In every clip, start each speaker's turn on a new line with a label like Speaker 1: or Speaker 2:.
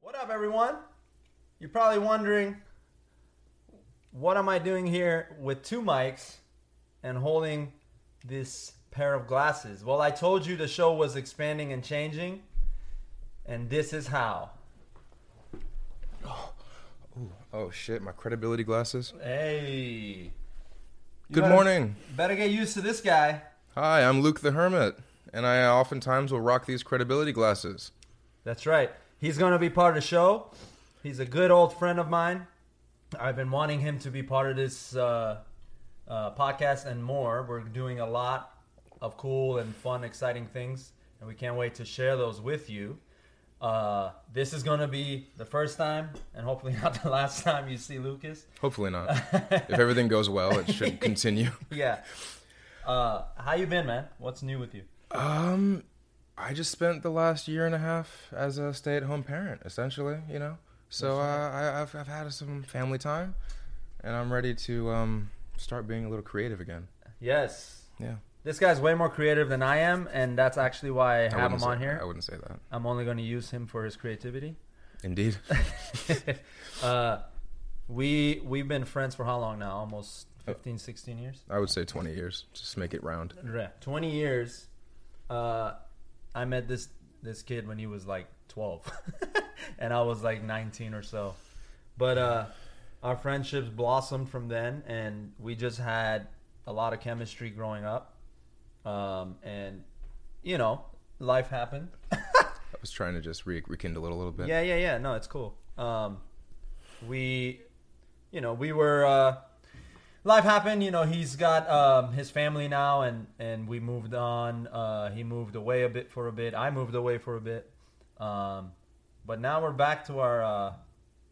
Speaker 1: What up, everyone? You're probably wondering, what am I doing here with two mics and holding this pair of glasses? Well, I told you the show was expanding and changing, and this is how.
Speaker 2: Oh shit, my credibility glasses.
Speaker 1: Hey. You
Speaker 2: Good
Speaker 1: better-
Speaker 2: morning.
Speaker 1: Better get used to this guy.
Speaker 2: Hi, I'm Luke the Hermit, and I oftentimes will rock these credibility glasses.
Speaker 1: That's right. He's going to be part of the show. He's a good old friend of mine. I've been wanting him to be part of this uh, uh, podcast and more. We're doing a lot of cool and fun, exciting things, and we can't wait to share those with you. Uh, this is going to be the first time, and hopefully not the last time you see Lucas.
Speaker 2: Hopefully not. if everything goes well, it should continue.
Speaker 1: Yeah. Uh, how you been, man? What's new with you?
Speaker 2: Um, I just spent the last year and a half as a stay-at-home parent, essentially. You know, so uh, I, I've I've had some family time, and I'm ready to um start being a little creative again.
Speaker 1: Yes.
Speaker 2: Yeah,
Speaker 1: This guy's way more creative than I am, and that's actually why I
Speaker 2: I
Speaker 1: have
Speaker 2: wouldn't
Speaker 1: him
Speaker 2: say-
Speaker 1: on here.
Speaker 2: I wouldn't say that.
Speaker 1: I'm only going to use him for his creativity.
Speaker 2: Indeed.
Speaker 1: uh, we we've been friends for how long now? Almost 15, 16 years.
Speaker 2: I would say 20 years. Just make it round.
Speaker 1: Right. Twenty years. Uh, I met this this kid when he was like twelve, and I was like nineteen or so. But uh, our friendships blossomed from then, and we just had a lot of chemistry growing up. Um, and you know, life happened.
Speaker 2: I was trying to just re- rekindle it a little bit.
Speaker 1: Yeah, yeah, yeah. No, it's cool. Um, we, you know, we were. Uh, life happened. You know, he's got um, his family now, and and we moved on. Uh, he moved away a bit for a bit. I moved away for a bit. Um, but now we're back to our uh,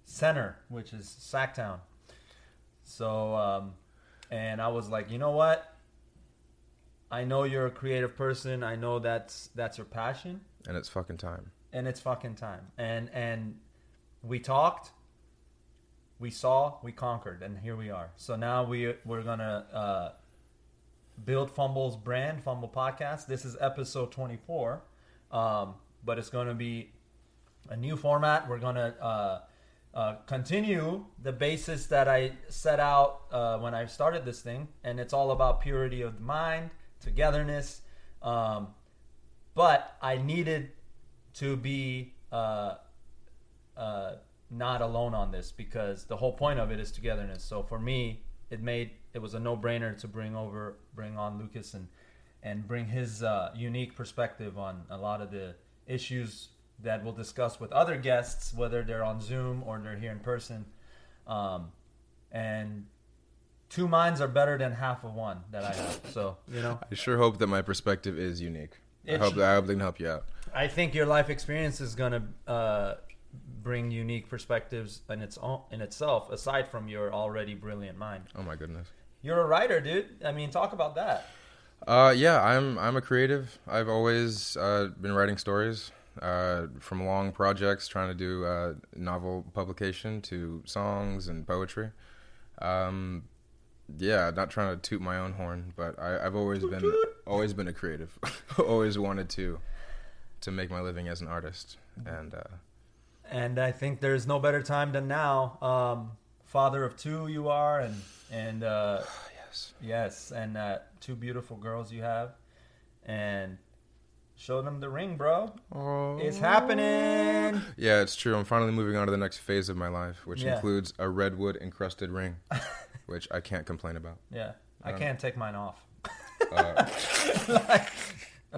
Speaker 1: center, which is Sacktown. So, um, and I was like, you know what? I know you're a creative person. I know that's that's your passion
Speaker 2: And it's fucking time.
Speaker 1: and it's fucking time. And and we talked, we saw, we conquered, and here we are. So now we we're gonna uh, build Fumble's brand, Fumble Podcast. This is episode twenty four, um, but it's gonna be a new format. We're gonna uh, uh, continue the basis that I set out uh, when I started this thing, and it's all about purity of mind, togetherness. Um, but I needed to be uh, uh, not alone on this because the whole point of it is togetherness. So for me, it made it was a no brainer to bring over, bring on Lucas and and bring his uh, unique perspective on a lot of the issues that we'll discuss with other guests, whether they're on Zoom or they're here in person. Um, and two minds are better than half of one that I have. So you know.
Speaker 2: I sure hope that my perspective is unique. I
Speaker 1: It
Speaker 2: hope
Speaker 1: should-
Speaker 2: that I hope they can help you out.
Speaker 1: I think your life experience is gonna uh, bring unique perspectives in its own, in itself, aside from your already brilliant mind.
Speaker 2: Oh my goodness.
Speaker 1: You're a writer, dude. I mean, talk about that.
Speaker 2: Uh, yeah, I'm I'm a creative. I've always uh, been writing stories, uh, from long projects trying to do uh, novel publication to songs and poetry. Um, yeah, not trying to toot my own horn, but I, I've always been always been a creative. always wanted to to make my living as an artist, and uh,
Speaker 1: And I think there's no better time than now. Um, father of two, you are, and and uh,
Speaker 2: yes,
Speaker 1: yes, and uh, two beautiful girls you have, and show them the ring, bro.
Speaker 2: uh,
Speaker 1: It's happening.
Speaker 2: Yeah, it's true. I'm finally moving on to the next phase of my life, which
Speaker 1: Yeah.
Speaker 2: includes a redwood encrusted ring, which I can't complain about.
Speaker 1: Yeah, I
Speaker 2: Um,
Speaker 1: can't take mine off.
Speaker 2: Uh,
Speaker 1: like,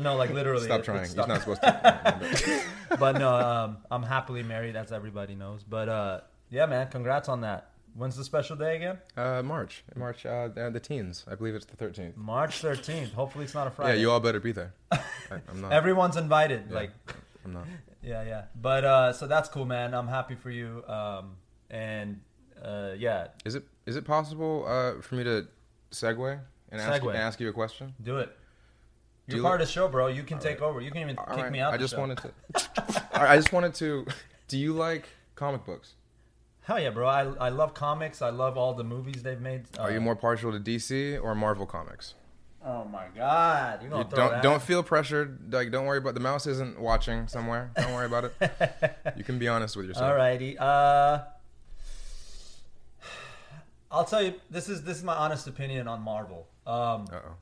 Speaker 1: no, like literally.
Speaker 2: stop
Speaker 1: it-
Speaker 2: trying.
Speaker 1: it's
Speaker 2: He's
Speaker 1: stuck.
Speaker 2: not supposed to.
Speaker 1: but no, um, I'm happily married, as everybody knows. But uh, yeah, man, congrats on that. When's the special day again?
Speaker 2: uh, March, March, uh, uh, the teens. I believe it's the 13th.
Speaker 1: March 13th. Hopefully, it's not a
Speaker 2: Yeah,
Speaker 1: Friday.
Speaker 2: you all better be there. I, I'm not.
Speaker 1: Everyone's invited.
Speaker 2: Yeah.
Speaker 1: Like,
Speaker 2: I'm not.
Speaker 1: yeah, yeah. But uh, so that's cool, man. I'm happy for you. Um, and uh, yeah,
Speaker 2: Is it is it possible uh, for me to segue and ask
Speaker 1: Segue.
Speaker 2: and ask you a question?
Speaker 1: do it.
Speaker 2: Do
Speaker 1: You're
Speaker 2: you-
Speaker 1: part of the show, bro. You can take over. You can even
Speaker 2: All
Speaker 1: kick
Speaker 2: right,
Speaker 1: me out.
Speaker 2: I
Speaker 1: the
Speaker 2: just
Speaker 1: show.
Speaker 2: wanted to. All right, I just wanted to. Do you like comic books?
Speaker 1: Hell yeah, bro. I, I love comics. I love all the movies they've made.
Speaker 2: Are
Speaker 1: Uh,
Speaker 2: you more partial to DC or Marvel comics?
Speaker 1: Oh my God! You're gonna
Speaker 2: You
Speaker 1: throw
Speaker 2: don't
Speaker 1: that?
Speaker 2: don't feel pressured. Like don't worry about the mouse isn't watching somewhere. Don't worry about it. You can be honest with yourself.
Speaker 1: Alrighty. Uh, I'll tell you. This is this is my honest opinion on Marvel. Um,
Speaker 2: Uh oh.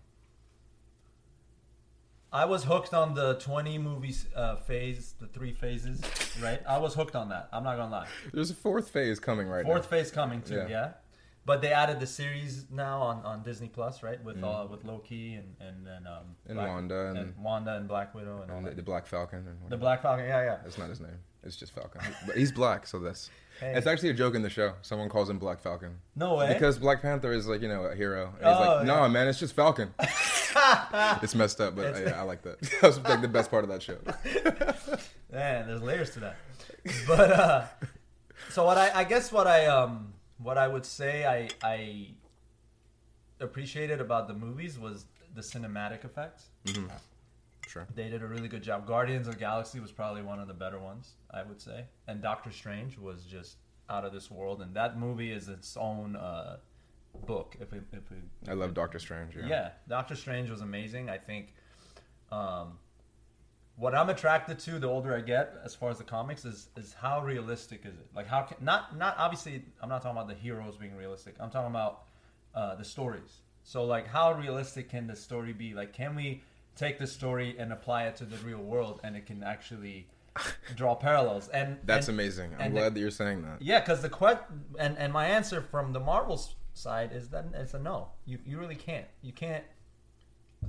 Speaker 1: I was hooked on the 20 movies uh, phase, the three phases, right? I was hooked on that. I'm not gonna lie.
Speaker 2: There's a fourth phase coming right
Speaker 1: Fourth phase coming too, yeah.
Speaker 2: Yeah.
Speaker 1: But they added the series now on, on Disney Plus, right? With uh, with Loki and and then um,
Speaker 2: Mm-hmm. And Wanda and-
Speaker 1: Wanda and Black Widow and,
Speaker 2: now.
Speaker 1: all
Speaker 2: And the,
Speaker 1: that.
Speaker 2: the Black Falcon. And
Speaker 1: The
Speaker 2: whatever.
Speaker 1: Black Falcon, yeah, yeah.
Speaker 2: That's not his name. It's just Falcon. but he's black, so that's.
Speaker 1: Hey.
Speaker 2: It's actually a joke in the show. Someone calls him Black Falcon.
Speaker 1: No way.
Speaker 2: Because Black Panther is like you know a hero. And he's
Speaker 1: Oh,
Speaker 2: like, no nah, man, it's just Falcon. it's messed up, but yeah, I like that. that was like the best part of that show.
Speaker 1: Man, there's layers to that. But uh, so what I, I guess what I um what I would say I I appreciated about the movies was the cinematic effects.
Speaker 2: Sure.
Speaker 1: They did a really good job. Guardians of the Galaxy was probably one of the better ones, I would say. And Doctor Strange was just out of this world, and that movie is its own uh, book. If we, if we
Speaker 2: I love Doctor Strange. Yeah.
Speaker 1: yeah. Doctor Strange was amazing. I think um, what I'm attracted to the older I get, as far as the comics, is is how realistic is it? Like how can, not not obviously I'm not talking about the heroes being realistic. I'm talking about uh, the stories. So like how realistic can the story be? Like can we take the story and apply it to the real world and it can actually draw parallels? And
Speaker 2: That's
Speaker 1: and,
Speaker 2: amazing. I'm
Speaker 1: and the-
Speaker 2: glad that you're saying that.
Speaker 1: yeah, because the que- and and my answer from the Marvel s- side is that it's a no. You you really can't. You can't.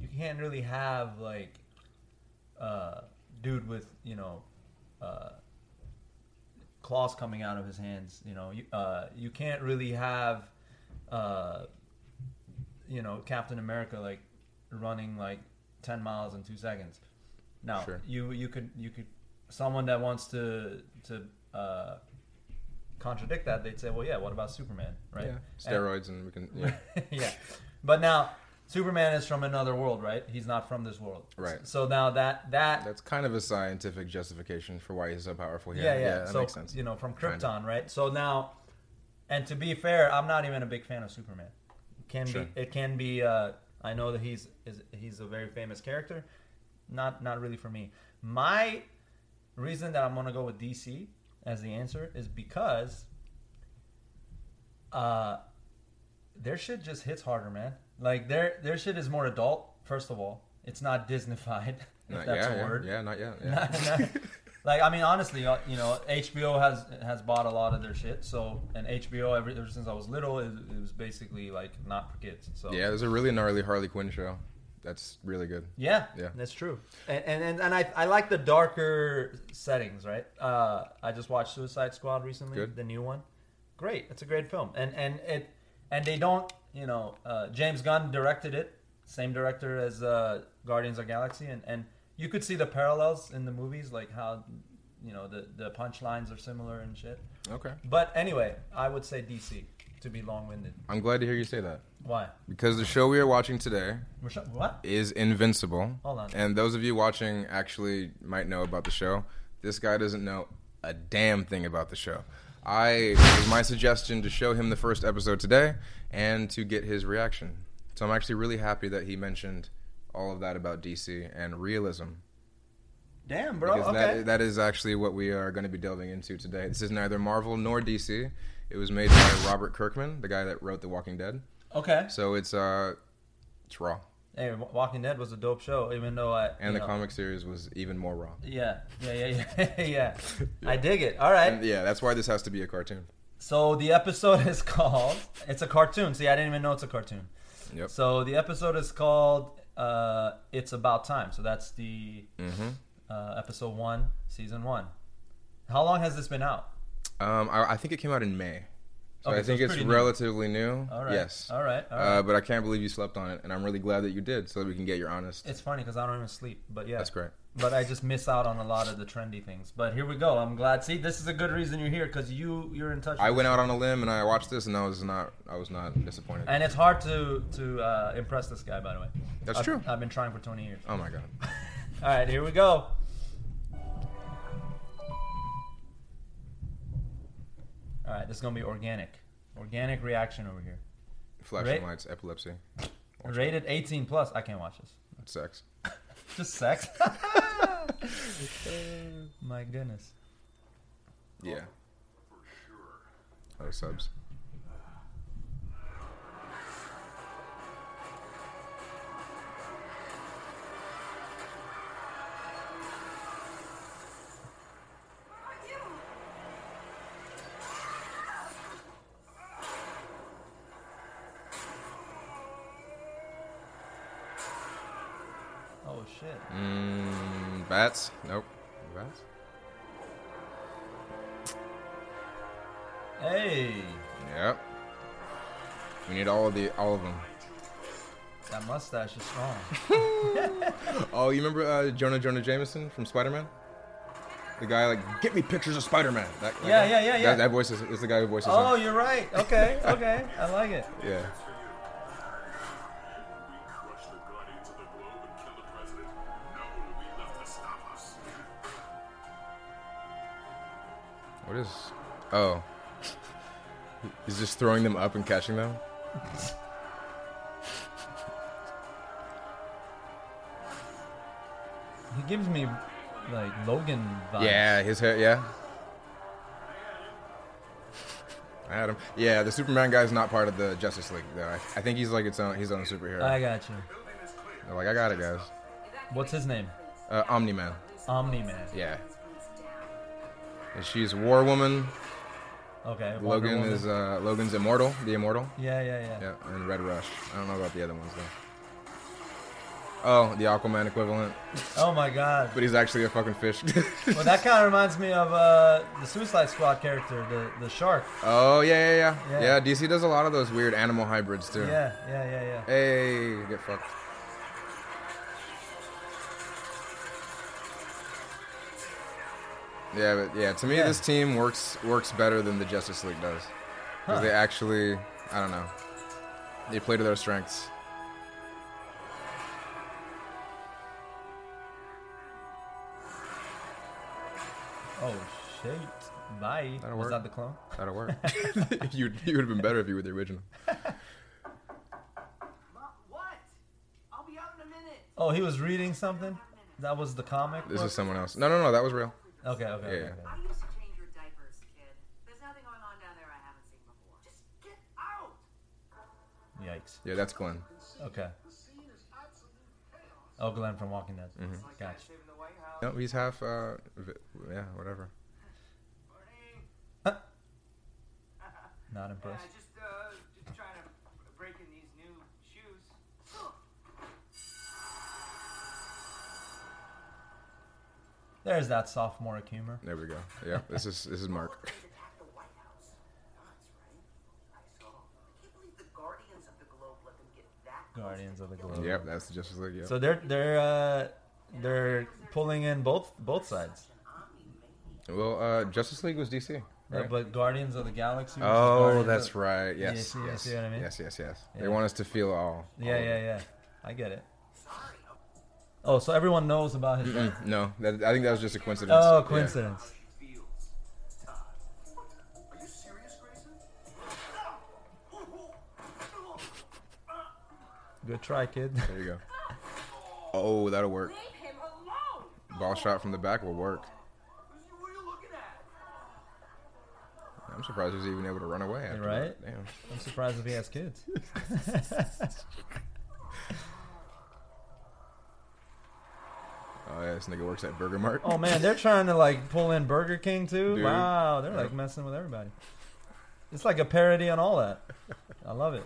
Speaker 1: You can't really have like, uh, dude with you know, uh, claws coming out of his hands. You know, you uh, you can't really have, uh, you know, Captain America like running like ten miles in two seconds. Now
Speaker 2: Sure.
Speaker 1: you you could you could someone that wants to to uh, contradict that, they'd say, well, yeah, what about Superman, right?
Speaker 2: Yeah.
Speaker 1: And-
Speaker 2: Steroids and we can. Yeah.
Speaker 1: yeah. But now, Superman is from another world, right? He's not from this world.
Speaker 2: Right.
Speaker 1: So now that that
Speaker 2: That's kind of a scientific justification for why he's so powerful.
Speaker 1: yeah, yeah.
Speaker 2: that
Speaker 1: so
Speaker 2: makes sense.
Speaker 1: you know, from
Speaker 2: Kinda.
Speaker 1: Krypton, right? So now, and to be fair, I'm not even a big fan of Superman. Can
Speaker 2: Sure.
Speaker 1: be it can be. Uh, I know that he's is, he's a very famous character. Not not really for me. My reason that I'm gonna go with DC as the answer is because uh, their shit just hits harder, man. Like their their shit is more adult. First of all, it's not Disneyfied, if
Speaker 2: Not-
Speaker 1: that's
Speaker 2: yeah,
Speaker 1: a
Speaker 2: yeah,
Speaker 1: word.
Speaker 2: Yeah, not yet. Yeah.
Speaker 1: like I mean, honestly, uh, you know, HBO has has bought a lot of their shit. So, and HBO ever, ever since I was little, it, it was basically like not for kids. So
Speaker 2: yeah, there's a really gnarly Harley Quinn show. That's really good.
Speaker 1: yeah,
Speaker 2: Yeah.
Speaker 1: that's true. And and and, and I, I like the darker settings, right? Uh, I just watched Suicide Squad recently,
Speaker 2: Good.
Speaker 1: the new one. Great, it's a great film, and and it and they don't, you know, uh, James Gunn directed it, same director as uh, Guardians of the Galaxy, and and you could see the parallels in the movies, like how, you know, the the punchlines are similar and shit.
Speaker 2: Okay.
Speaker 1: But anyway, I would say DC to be long winded.
Speaker 2: I'm glad to hear you say that
Speaker 1: Why?
Speaker 2: because the show we are watching today
Speaker 1: We're sh- what?
Speaker 2: is Invincible.
Speaker 1: Hold on.
Speaker 2: And those of you watching actually might know about the show. This guy doesn't know a damn thing about the show. I it was my suggestion to show him the first episode today and to get his reaction. So I'm actually really happy that he mentioned all of that about DC and realism
Speaker 1: Damn, bro.
Speaker 2: Because
Speaker 1: okay.
Speaker 2: that, that is actually what we are going to be delving into today. This is neither Marvel nor DC. It was made by Robert Kirkman, the guy that wrote The Walking Dead.
Speaker 1: okay.
Speaker 2: So it's uh, it's raw,
Speaker 1: Hey, Wa- Walking Dead was a dope show, even though I you
Speaker 2: and the
Speaker 1: know,
Speaker 2: comic series was even more raw.
Speaker 1: Yeah, yeah, yeah, yeah, yeah. I dig it. All right.
Speaker 2: And yeah, that's why this has to be a cartoon.
Speaker 1: So the episode is called. It's a cartoon. See, I didn't even know it's a cartoon.
Speaker 2: Yep.
Speaker 1: So the episode is called. Uh, it's about time. So that's the
Speaker 2: hmm
Speaker 1: uh, episode one, season one. How long has this been out?
Speaker 2: Um, I, I think it came out in May, so
Speaker 1: Okay,
Speaker 2: I
Speaker 1: so
Speaker 2: think
Speaker 1: it's
Speaker 2: it's,
Speaker 1: pretty new.
Speaker 2: relatively new.
Speaker 1: All right.
Speaker 2: Yes.
Speaker 1: All right. All right.
Speaker 2: Uh, but I can't believe you slept on it, and I'm really glad that you did, so that we can get your honest.
Speaker 1: it's funny because I don't even sleep. But yeah.
Speaker 2: That's great.
Speaker 1: but I just miss out on a lot of the trendy things. But here we go. I'm glad. See, this is a good reason you're here because you you're in touch. With
Speaker 2: I went out on a limb and I watched this, and I was not, I was not disappointed.
Speaker 1: And it's hard to to uh, impress this guy, by the way.
Speaker 2: That's
Speaker 1: I've-
Speaker 2: true.
Speaker 1: I've been trying for 20 years.
Speaker 2: oh my god.
Speaker 1: All right, here we go. All right, this is gonna be organic, organic reaction over here.
Speaker 2: Flashing
Speaker 1: Right?
Speaker 2: lights, epilepsy. watch
Speaker 1: Rated 18 plus. I can't watch this.
Speaker 2: it. It sucks.
Speaker 1: Just sex. My goodness.
Speaker 2: Yeah. Oh, subs.
Speaker 1: Oh shit.
Speaker 2: Mm, bats? Nope. Bats? Mm.
Speaker 1: Hey,
Speaker 2: Yep. We need all of the all of them.
Speaker 1: that mustache is strong.
Speaker 2: Oh, you remember uh, Jonah Jonah Jameson from Spider Man? The guy like, get me pictures of Spider Man.
Speaker 1: Yeah, yeah, yeah, yeah.
Speaker 2: That, that voice is, is the guy who voices
Speaker 1: oh,
Speaker 2: him.
Speaker 1: you're right. Okay, okay. I like it.
Speaker 2: Yeah.
Speaker 3: We crushed the Guardians of the Globe and killed the President. No one will be left to stop us.
Speaker 2: What is? Oh, he's just throwing them up and catching them.
Speaker 1: He gives me like Logan vibes.
Speaker 2: Yeah, his hair. Yeah. I had him. Yeah, the Superman guy's not part of the Justice League though. I, I think he's like its own his own superhero.
Speaker 1: I got you.
Speaker 2: They're like I got it, guys.
Speaker 1: What's his name?
Speaker 2: Uh, Omni Man.
Speaker 1: Omni Man.
Speaker 2: Yeah. And she's War Woman.
Speaker 1: Okay. Wonder
Speaker 2: Logan
Speaker 1: Woman.
Speaker 2: is uh, Logan's immortal, the immortal.
Speaker 1: Yeah, yeah, yeah.
Speaker 2: Yeah, and Red Rush. I don't know about the other ones though. Oh, the Aquaman equivalent,
Speaker 1: Oh my god.
Speaker 2: but he's actually a fucking fish.
Speaker 1: Well, that kind of reminds me of uh, the Suicide Squad character, the the shark.
Speaker 2: oh yeah, yeah,
Speaker 1: Yeah.
Speaker 2: yeah, yeah. DC does a lot of those weird animal hybrids too.
Speaker 1: Yeah, yeah, yeah, yeah.
Speaker 2: Hey, get fucked. Yeah, but yeah, to me
Speaker 1: Yeah.
Speaker 2: this team works works better than the Justice League does. 'Cause
Speaker 1: Huh.
Speaker 2: they actually, I don't know. They play to their strengths.
Speaker 1: Oh shit. Bye.
Speaker 2: That'll
Speaker 1: Was
Speaker 2: work.
Speaker 1: that the clone?
Speaker 2: That'll work. you you would have been better if you were the original.
Speaker 4: Mom, what? I'll be out in a minute.
Speaker 1: Oh, he was reading something. That was the comic.
Speaker 2: This
Speaker 1: book?
Speaker 2: is someone else. No, no, no, that was real.
Speaker 1: Okay, okay. okay,
Speaker 2: Yeah.
Speaker 1: okay.
Speaker 4: I used to change your diapers, kid. There's nothing going on down there I haven't seen before. Just get out!
Speaker 1: Yikes.
Speaker 2: Yeah, that's Glenn.
Speaker 1: Okay. Oh, Glenn from Walking Dead.
Speaker 2: Mm-hmm.
Speaker 1: Gotcha.
Speaker 4: Saving the White House.
Speaker 2: No, he's half. Uh, vi- yeah, whatever.
Speaker 4: Morning.
Speaker 1: Not
Speaker 4: Yeah,
Speaker 1: impressed.
Speaker 4: just, uh, just trying to break in these new shoes.
Speaker 1: There's that sophomoric humor.
Speaker 2: There we go. Yeah, this is this is Mark.
Speaker 4: Attack the White House. Nuts, right? I saw. I can't believe the Guardians of the Globe let them get that close
Speaker 1: Guardians
Speaker 4: to
Speaker 1: of the
Speaker 4: killing
Speaker 1: Globe.
Speaker 2: Yep, that's the Justice League. Yeah.
Speaker 1: Oh. So they're they're uh, they're pulling in both both sides.
Speaker 4: an omni-maniac.
Speaker 2: Well, uh, Justice League was DC.
Speaker 1: Yeah,
Speaker 2: Right?
Speaker 1: Uh, but Guardians of the Galaxy. versus
Speaker 2: Oh,
Speaker 1: Guardians
Speaker 2: that's
Speaker 1: of-
Speaker 2: right.
Speaker 1: Yeah,
Speaker 2: Yes,
Speaker 1: see- you
Speaker 2: yes,
Speaker 1: see what I mean?
Speaker 2: yes, yes, yes.
Speaker 1: Yeah.
Speaker 2: They want us to feel all.
Speaker 1: Yeah,
Speaker 2: all of
Speaker 1: yeah,
Speaker 2: it.
Speaker 1: yeah. I get it.
Speaker 4: Sorry.
Speaker 1: Oh, so everyone knows about his.
Speaker 2: Mm, No, that, I think that was just a coincidence.
Speaker 1: Oh,
Speaker 2: Yeah.
Speaker 1: coincidence.
Speaker 4: Feels. Todd. Are you serious, Grayson?
Speaker 1: Good try, kid.
Speaker 2: There you go. Oh, that'll work.
Speaker 4: Leave him alone!
Speaker 2: Ball shot from the back will work.
Speaker 4: What are you looking at?
Speaker 2: I'm surprised he was even able to run away. After
Speaker 1: Right?
Speaker 2: That. Damn.
Speaker 1: I'm surprised if he has kids.
Speaker 2: Oh yeah, this nigga works at Burger Mart.
Speaker 1: Oh man, they're trying to like pull in Burger King too.
Speaker 2: Dude.
Speaker 1: Wow, they're
Speaker 2: Yeah.
Speaker 1: like messing with everybody. It's like a parody on all that. I love it.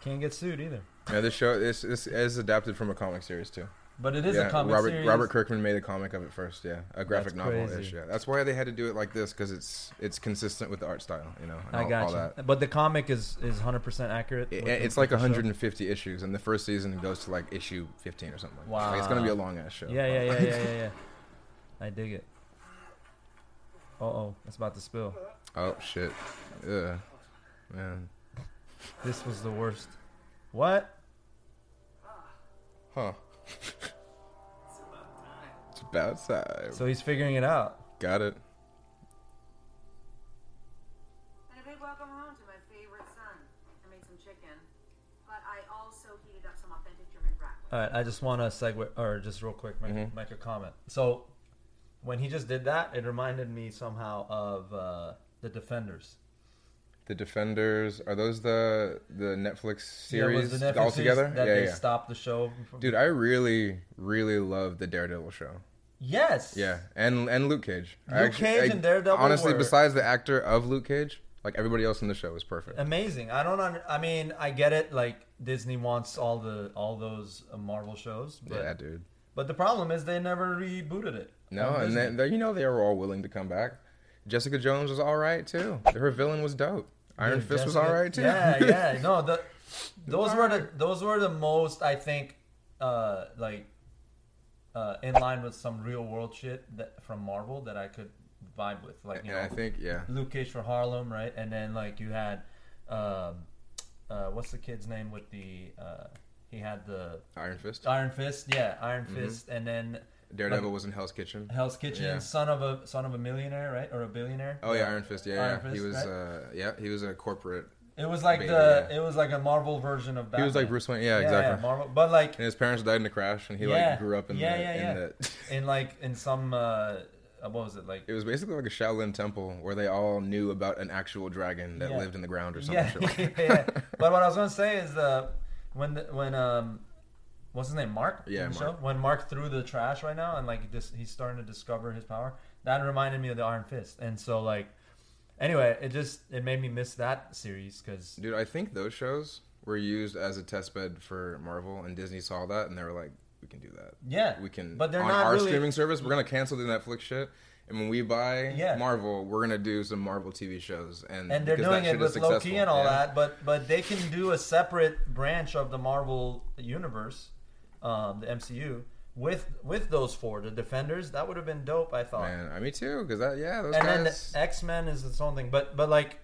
Speaker 1: Can't get sued either.
Speaker 2: Yeah, this show this this is adapted from a comic series too.
Speaker 1: But it is
Speaker 2: yeah,
Speaker 1: a comic
Speaker 2: Robert
Speaker 1: series.
Speaker 2: Robert Kirkman made a comic of it first. Yeah, a graphic
Speaker 1: That's
Speaker 2: novel
Speaker 1: crazy.
Speaker 2: ish. Yeah, that's why they had to do it like this because it's it's consistent with the art style. You know, and
Speaker 1: I
Speaker 2: all,
Speaker 1: got
Speaker 2: all
Speaker 1: you.
Speaker 2: that.
Speaker 1: But the comic is is 100% accurate.
Speaker 2: It-
Speaker 1: with the-
Speaker 2: it's like
Speaker 1: with the show.
Speaker 2: 150 issues, and the first season goes to like issue 15 or something. Like that. Like, it's gonna be a long ass show.
Speaker 1: Yeah, yeah, yeah, yeah, yeah, yeah. I dig it. Uh oh, it's about to spill.
Speaker 2: oh shit. Yeah. Man.
Speaker 1: This was the worst. What?
Speaker 2: Huh. it's about time.
Speaker 1: So he's figuring it out.
Speaker 2: Got it.
Speaker 4: And a big welcome home to my favorite son. I made some chicken. Glad
Speaker 5: but I also heated up some authentic German bratwurst.
Speaker 1: All right, I just want to segue, or just real quick, make,
Speaker 2: Mm-hmm.
Speaker 1: make a comment. So, when he just did that, it reminded me somehow of uh, the Defenders.
Speaker 2: The Defenders are those the the Netflix
Speaker 1: Yeah,
Speaker 2: series
Speaker 1: was the Netflix
Speaker 2: all
Speaker 1: series
Speaker 2: together?
Speaker 1: That
Speaker 2: yeah,
Speaker 1: they
Speaker 2: yeah.
Speaker 1: stopped the show. from-
Speaker 2: Dude, I really, really love the Daredevil show.
Speaker 1: Yes.
Speaker 2: Yeah, and and Luke Cage. I
Speaker 1: Luke Cage and Daredevil
Speaker 2: Honestly,
Speaker 1: were-
Speaker 2: besides the actor of Luke Cage, like everybody else in the show was perfect.
Speaker 1: Amazing. I don't. Under, I mean, I get it. Like Disney wants all the all those uh, Marvel shows, but
Speaker 2: yeah, dude.
Speaker 1: but the problem is they never rebooted it. on
Speaker 2: No, and
Speaker 1: Disney.
Speaker 2: then they, you know they were all willing to come back. Jessica Jones was all right too. Her villain was dope. Iron
Speaker 1: Dude,
Speaker 2: Fist was
Speaker 1: Jessica-
Speaker 2: all right too.
Speaker 1: Yeah, yeah. No, the those were the
Speaker 2: Alright.
Speaker 1: those were the most I think uh like uh in line with some real world shit that from Marvel that I could vibe with. Like you
Speaker 2: and I
Speaker 1: know
Speaker 2: think yeah,
Speaker 1: Luke Cage for Harlem, right? And then like you had um uh what's the kid's name with the uh he had the
Speaker 2: Iron Fist.
Speaker 1: Iron Fist, yeah, Iron Fist and then
Speaker 2: Mm-hmm. Daredevil was in Hell's Kitchen.
Speaker 1: Hell's Kitchen,
Speaker 2: Yeah.
Speaker 1: son of a son of a millionaire, right? Or a billionaire.
Speaker 2: Oh yeah, Iron Fist. Yeah,
Speaker 1: Iron
Speaker 2: yeah. he
Speaker 1: Fist,
Speaker 2: was.
Speaker 1: right?
Speaker 2: Uh, yeah, he was a corporate.
Speaker 1: It was like
Speaker 2: Baby,
Speaker 1: the
Speaker 2: yeah.
Speaker 1: it was like a Marvel version of Batman.
Speaker 2: He was like Bruce Wayne. Yeah, exactly.
Speaker 1: Marvel, but like
Speaker 2: and his parents died in a crash, and he
Speaker 1: Yeah.
Speaker 2: like grew up in
Speaker 1: Yeah,
Speaker 2: the.
Speaker 1: yeah,
Speaker 2: in
Speaker 1: yeah.
Speaker 2: the
Speaker 1: in like in some uh what was it like
Speaker 2: It was basically like a Shaolin temple where they all knew about an actual dragon that
Speaker 1: Yeah.
Speaker 2: lived in the ground or something.
Speaker 1: yeah,
Speaker 2: shit like that.
Speaker 1: yeah. But what I was gonna say is uh when the, when um what's his name Mark
Speaker 2: Yeah,
Speaker 1: in the
Speaker 2: Mark.
Speaker 1: show? when Mark threw the trash right now and like this he's starting to discover his power that reminded me of the Iron Fist and so like anyway it just it made me miss that series because
Speaker 2: Dude, I think those shows were used as a test bed for Marvel, and Disney saw that and they were like, "We can do that.
Speaker 1: Yeah,
Speaker 2: we can."
Speaker 1: but they're
Speaker 2: on
Speaker 1: not
Speaker 2: our
Speaker 1: really-
Speaker 2: streaming service. We're gonna cancel the Netflix shit, and when we buy
Speaker 1: Yeah.
Speaker 2: Marvel, we're gonna do some Marvel TV shows, and
Speaker 1: and they're
Speaker 2: because
Speaker 1: doing
Speaker 2: that
Speaker 1: it
Speaker 2: shit is
Speaker 1: with low key
Speaker 2: successful,
Speaker 1: and all
Speaker 2: yeah.
Speaker 1: that, but but they can do a separate branch of the Marvel universe, um, the MCU with with those four, the Defenders. That would have been dope, I thought.
Speaker 2: Man, I me too. Because that yeah, those
Speaker 1: and then
Speaker 2: guys.
Speaker 1: the X Men is its own thing, but but like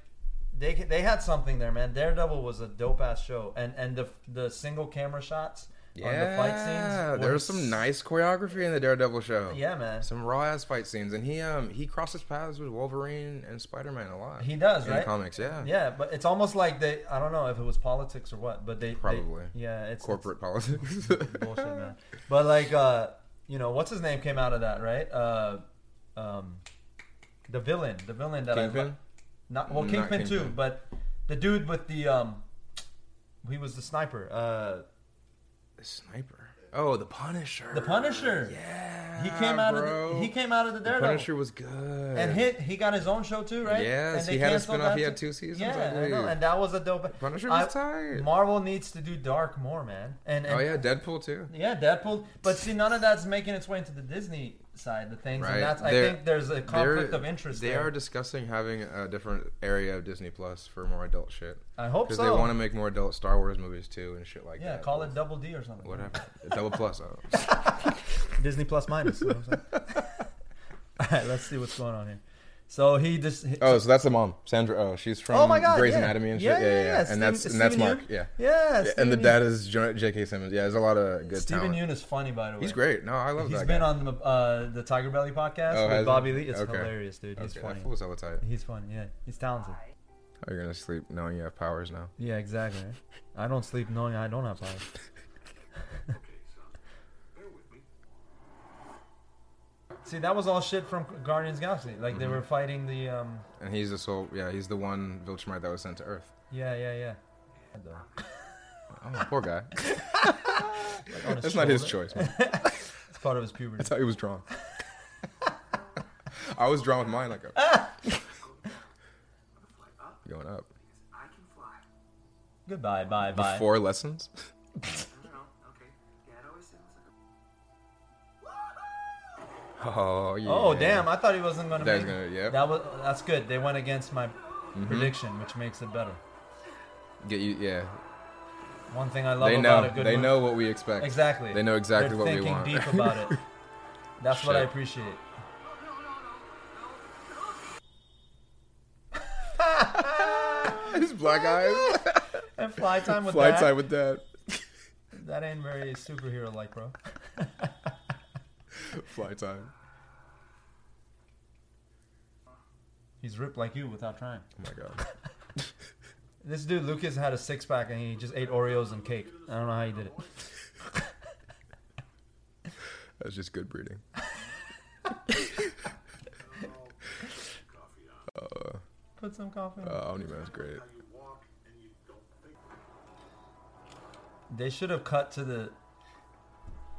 Speaker 1: they ca- they had something there, man. Daredevil was a dope ass show, and and the the single camera shots on the fight
Speaker 2: yeah,
Speaker 1: scenes.
Speaker 2: there
Speaker 1: were
Speaker 2: was some
Speaker 1: s-
Speaker 2: nice choreography in the Daredevil show.
Speaker 1: Yeah, man.
Speaker 2: some raw ass fight scenes, and he um he crosses paths with Wolverine and Spider Man a lot.
Speaker 1: He does,
Speaker 2: in
Speaker 1: right?
Speaker 2: the comics, yeah,
Speaker 1: Yeah, but it's almost like they. I don't know if it was politics or what, but they they-
Speaker 2: Probably.
Speaker 1: yeah, it's it's-
Speaker 2: corporate politics.
Speaker 1: bullshit, man. But like, uh, you know, what's his name came out of that, right? Uh, um, the villain, the villain that I
Speaker 2: Kingpin?
Speaker 1: not well,
Speaker 2: Not
Speaker 1: Kingpin, too,
Speaker 2: Kingpin.
Speaker 1: but the dude with the um, he was the sniper, uh,
Speaker 2: The sniper. Oh, the Punisher.
Speaker 1: the Punisher.
Speaker 2: Yeah,
Speaker 1: He came out of
Speaker 2: bro.
Speaker 1: the, he came out of the
Speaker 2: The
Speaker 1: Daredevil.
Speaker 2: Punisher was good.
Speaker 1: and hit, he got his own show too, right?
Speaker 2: Yes,
Speaker 1: and they
Speaker 2: he had a
Speaker 1: canceled
Speaker 2: spin-off.
Speaker 1: that
Speaker 2: He had
Speaker 1: too.
Speaker 2: two seasons, I
Speaker 1: Yeah, I, know,
Speaker 2: believe.
Speaker 1: and that was a dope.
Speaker 2: Punisher was
Speaker 1: I-
Speaker 2: tight.
Speaker 1: Marvel needs to do Dark more, man. And, and
Speaker 2: oh yeah, Deadpool too.
Speaker 1: Yeah, Deadpool. But see, none of that's making its way into the Disney side of things,
Speaker 2: Right.
Speaker 1: and that's I
Speaker 2: They're-
Speaker 1: think there's a conflict of interest.
Speaker 2: They
Speaker 1: there.
Speaker 2: are discussing having a different area of Disney Plus for more adult shit.
Speaker 1: I hope
Speaker 2: Because
Speaker 1: so.
Speaker 2: they want to make more adult Star Wars movies too and shit like
Speaker 1: yeah,
Speaker 2: that.
Speaker 1: call it Double D or something.
Speaker 2: whatever. Double plus. I don't know.
Speaker 1: Disney Plus minus. You know what I'm saying? All right, let's see what's going on here. So he just. he-
Speaker 2: Oh, so that's the mom, Sandra. Oh, she's from
Speaker 1: oh my God!
Speaker 2: Grey's
Speaker 1: yeah.
Speaker 2: Anatomy and shit.
Speaker 1: Yeah, yeah, yeah.
Speaker 2: And that's
Speaker 1: Steven-
Speaker 2: and that's
Speaker 1: Steven
Speaker 2: Mark.
Speaker 1: Yeun?
Speaker 2: Yeah.
Speaker 1: Yeah.
Speaker 2: Yeah, and the
Speaker 1: Steven
Speaker 2: dad
Speaker 1: Yeun.
Speaker 2: is J- J.K. Simmons. Yeah, there's a lot of good
Speaker 1: Steven Yeun
Speaker 2: talent.
Speaker 1: is funny, by the way.
Speaker 2: He's great. No, I love
Speaker 1: He's
Speaker 2: that.
Speaker 1: been
Speaker 2: guy.
Speaker 1: on the uh, the Tiger Belly podcast
Speaker 2: Oh, has he?
Speaker 1: with Bobby Lee. It's
Speaker 2: Okay.
Speaker 1: hilarious, dude. He's
Speaker 2: Okay,
Speaker 1: funny.
Speaker 2: That fool's hella tight.
Speaker 1: He's funny. Yeah, he's talented.
Speaker 2: Are you Oh, gonna sleep knowing you have powers now?
Speaker 1: Yeah, exactly. I don't sleep knowing I don't have powers.
Speaker 3: Okay, son. Bear with me.
Speaker 1: See, that was all shit from Guardians of the Galaxy. Like they were
Speaker 2: Mm-hmm.
Speaker 1: fighting the um.
Speaker 2: And he's the soul. Yeah, he's the one Viltrumite that was sent to Earth.
Speaker 1: Yeah, yeah, yeah.
Speaker 2: Oh, poor guy.
Speaker 1: Like, on
Speaker 2: That's not his
Speaker 1: shoulder.
Speaker 2: choice. Man.
Speaker 1: It's part of his puberty.
Speaker 2: That's how he was drawn. I was drawn with mine like
Speaker 1: Ah.
Speaker 2: a,
Speaker 3: I'm gonna fly up
Speaker 2: going up.
Speaker 3: because I can fly.
Speaker 1: Goodbye, bye,
Speaker 2: The
Speaker 1: bye.
Speaker 2: four lessons.
Speaker 3: I don't know. Okay. Dad always said it was like a
Speaker 2: Oh yeah.
Speaker 1: Oh damn! I thought he wasn't gonna.
Speaker 2: That was
Speaker 1: make it.
Speaker 2: gonna- yep. Mm-hmm.
Speaker 1: That was that's good. They went against my prediction, which makes it better.
Speaker 2: Get you. Yeah.
Speaker 1: One thing I love
Speaker 2: They
Speaker 1: about
Speaker 2: know.
Speaker 1: a good
Speaker 2: They
Speaker 1: movie-
Speaker 2: know what we expect.
Speaker 1: exactly.
Speaker 2: They know exactly
Speaker 1: They're
Speaker 2: what we
Speaker 1: thinking
Speaker 2: want.
Speaker 1: deep about it. That's what I
Speaker 2: Shit.
Speaker 1: appreciate.
Speaker 2: His black eyes.
Speaker 1: And fly time with
Speaker 2: Flight
Speaker 1: that.
Speaker 2: time with that.
Speaker 1: That ain't very superhero like, bro.
Speaker 2: Flight time. Oh
Speaker 1: He's ripped like you without trying.
Speaker 2: Oh my god.
Speaker 1: This dude Lucas had a six pack and he just ate Oreos and cake. I don't know how he did it.
Speaker 2: That's just good breeding. Uh,
Speaker 3: Coffee on.
Speaker 1: Put some coffee. in.
Speaker 2: Uh, Omni-Man's great.
Speaker 3: How you walk and you don't think.
Speaker 1: They should have cut to the.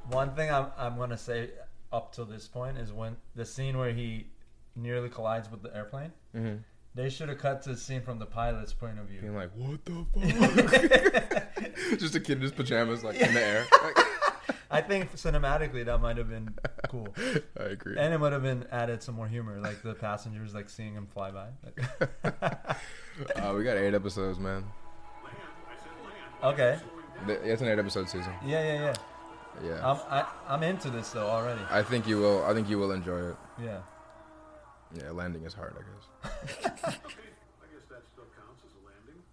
Speaker 1: One thing I'm I'm gonna say up till this point is when the scene where he nearly collides with the airplane.
Speaker 2: Mhm.
Speaker 1: They should have cut to the scene from the pilot's point of view.
Speaker 2: Being like, what the fuck? just a kid in his pajamas, like in the air.
Speaker 1: I think cinematically that might have been cool,
Speaker 2: Like, I agree.
Speaker 1: and it would have been added some more humor, like the passengers like seeing him fly by. Like-
Speaker 2: Uh, we got eight episodes, man.
Speaker 3: Land. I said land.
Speaker 1: okay.
Speaker 2: Th- It's an eight-episode season.
Speaker 1: Yeah, yeah, yeah.
Speaker 2: Yeah.
Speaker 1: I'm I, I'm into this though already.
Speaker 2: I think you will. I think you will enjoy it.
Speaker 1: Yeah.
Speaker 2: Yeah, landing is hard, I guess.
Speaker 3: Okay. I guess that still counts as a landing.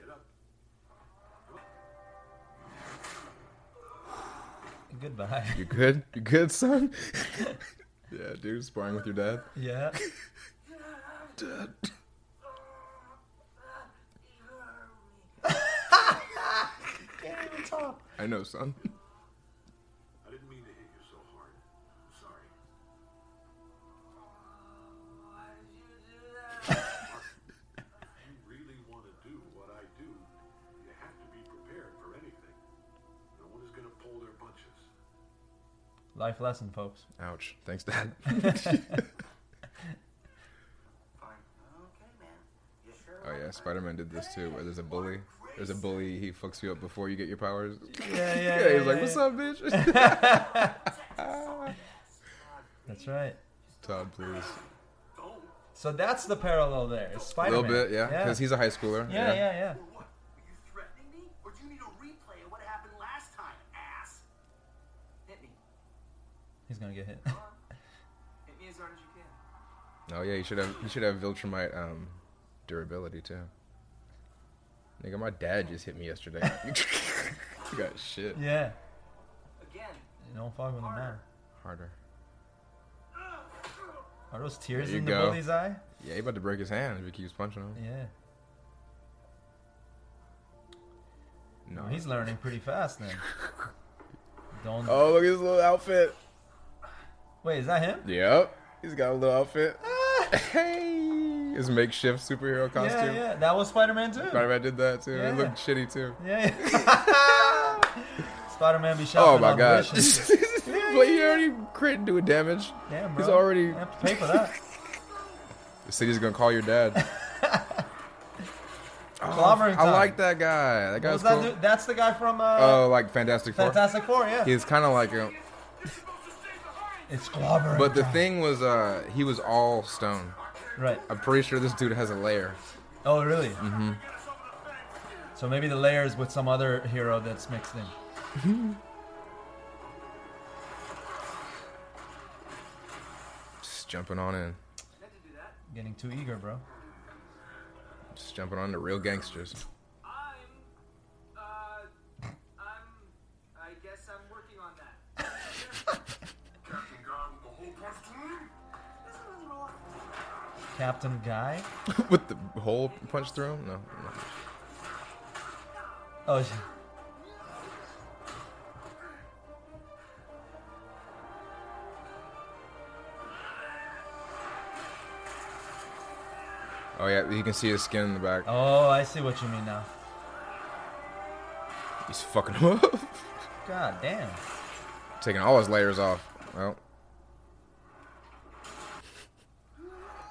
Speaker 3: Get up.
Speaker 1: Goodbye.
Speaker 2: You good? You good, son? yeah, dude, sparring with your dad.
Speaker 1: Yeah.
Speaker 2: Dad.
Speaker 1: Can't even talk.
Speaker 2: I know, son.
Speaker 3: I didn't mean to hit you so hard. I'm sorry. If you really want to do what I do, you have to be prepared for anything. No one is going to pull their punches.
Speaker 1: Life lesson, folks.
Speaker 2: Ouch. Thanks, dad.
Speaker 4: Fine. Okay, man. You sure?
Speaker 2: oh yeah, Spider-Man did this too. Where there's a bully. There's a bully. He fucks you up before you get your powers.
Speaker 1: Yeah, yeah.
Speaker 2: Yeah,
Speaker 1: yeah,
Speaker 2: he was like,
Speaker 1: yeah,
Speaker 2: "What's
Speaker 1: yeah.
Speaker 2: up, bitch?"
Speaker 1: That's right.
Speaker 2: Todd, please.
Speaker 3: Don't.
Speaker 1: So that's the parallel there. It's
Speaker 2: A
Speaker 1: Spider
Speaker 2: little
Speaker 1: Man.
Speaker 2: bit, yeah, because he's a high schooler.
Speaker 1: Yeah, yeah, yeah.
Speaker 4: Or what? Were you threatening me? Or do you need a replay of what happened last time, ass? Hit me.
Speaker 1: He's gonna get hit.
Speaker 4: Huh? Hit me as hard as you can.
Speaker 2: Oh yeah, you should have. You should have Viltrumite um, durability too. Nigga, my dad just hit me yesterday. you got shit
Speaker 1: Yeah.
Speaker 4: Again.
Speaker 1: You don't fuck with him now.
Speaker 2: harder.
Speaker 1: Are those tears
Speaker 2: There you
Speaker 1: in the
Speaker 2: go.
Speaker 1: bully's eye?
Speaker 2: Yeah, he about to break his hand if he keeps punching him.
Speaker 1: Yeah.
Speaker 2: No,
Speaker 1: Well, he's learning pretty fast then. Don't.
Speaker 2: Oh, look at his little outfit.
Speaker 1: Wait, is that him?
Speaker 2: Yep, he's got a little outfit. hey, his makeshift superhero costume.
Speaker 1: Ah. Yeah, yeah. That was Spider Man too.
Speaker 2: Spider-Man did that too.
Speaker 1: Yeah.
Speaker 2: It looked shitty too.
Speaker 1: Yeah. Spider Man be shopping.
Speaker 2: Oh my
Speaker 1: on
Speaker 2: god!
Speaker 1: Wish
Speaker 2: but
Speaker 1: and-
Speaker 2: he already crit doing damage.
Speaker 1: Damn, bro.
Speaker 2: He's already.
Speaker 1: I have to pay for that.
Speaker 2: The city's gonna call your dad. Oh,
Speaker 1: Clobbering
Speaker 2: I
Speaker 1: time.
Speaker 2: like that guy. That
Speaker 1: What
Speaker 2: guy's
Speaker 1: was that
Speaker 2: cool.
Speaker 1: dude? That's the guy from uh,
Speaker 2: Oh, like Fantastic Four.
Speaker 1: Fantastic Four, yeah.
Speaker 2: He's kind of like him.
Speaker 1: It's clobbering.
Speaker 2: But the
Speaker 1: time.
Speaker 2: thing was, uh, he was all stone.
Speaker 1: Right.
Speaker 2: I'm pretty sure this dude has a layer.
Speaker 1: Oh, really? Mm-hmm. So maybe the layers with some other hero that's mixed in.
Speaker 2: Just jumping on in.
Speaker 4: Meant to do that.
Speaker 1: Getting too eager, bro.
Speaker 2: Just jumping on to real gangsters.
Speaker 6: I'm, uh, I'm, I guess I'm working on that.
Speaker 3: Captain Gone, the whole punch team?
Speaker 1: Captain Guy.
Speaker 2: With the hole punched through him? No. no.
Speaker 1: Oh, sh-
Speaker 2: Oh yeah, you can see his skin in the back.
Speaker 1: oh, I see what you mean now.
Speaker 2: He's fucking him up.
Speaker 1: God damn.
Speaker 2: Taking all his layers off. Well,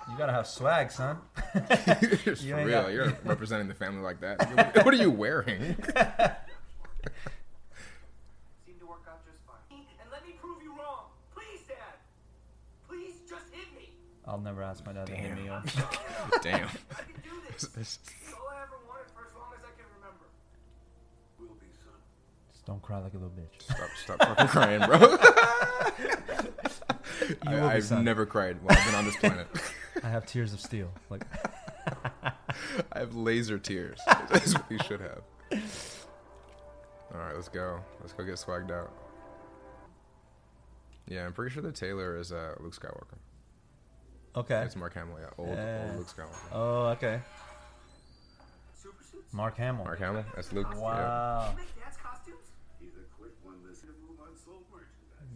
Speaker 1: You gotta have swag, son.
Speaker 2: for
Speaker 1: You
Speaker 2: real,
Speaker 1: ain't got-
Speaker 2: you're representing the family like that. What are you wearing?
Speaker 4: Seemed to work out just fine.
Speaker 6: And let me prove you wrong. Please, Dad. Please, just hit me.
Speaker 1: I'll never ask my dad to hit me up.
Speaker 2: Damn.
Speaker 6: I can do this. It's all I ever wanted for as long as I can remember.
Speaker 3: Will be, son.
Speaker 1: Just don't cry like a little bitch.
Speaker 2: Stop, stop fucking crying, bro.
Speaker 1: You will
Speaker 2: I,
Speaker 1: be,
Speaker 2: I've
Speaker 1: son.
Speaker 2: never cried while I've been on this planet.
Speaker 1: I have tears of steel. Like,
Speaker 2: I have laser tears. That's what you should have. All right, let's go. Let's go get swagged out. Yeah, I'm pretty sure the Taylor is uh, Luke Skywalker.
Speaker 1: okay.
Speaker 2: It's Mark Hamill, yeah. Old,
Speaker 1: Yeah.
Speaker 2: old Luke Skywalker.
Speaker 1: Oh, okay.
Speaker 4: Super suit?
Speaker 1: Mark Hamill.
Speaker 2: Mark Hamill. That's Luke.
Speaker 1: Wow.
Speaker 6: You make dad's costumes?
Speaker 3: He's a quick one listener who wants sold
Speaker 2: Yeah.
Speaker 3: merchandise.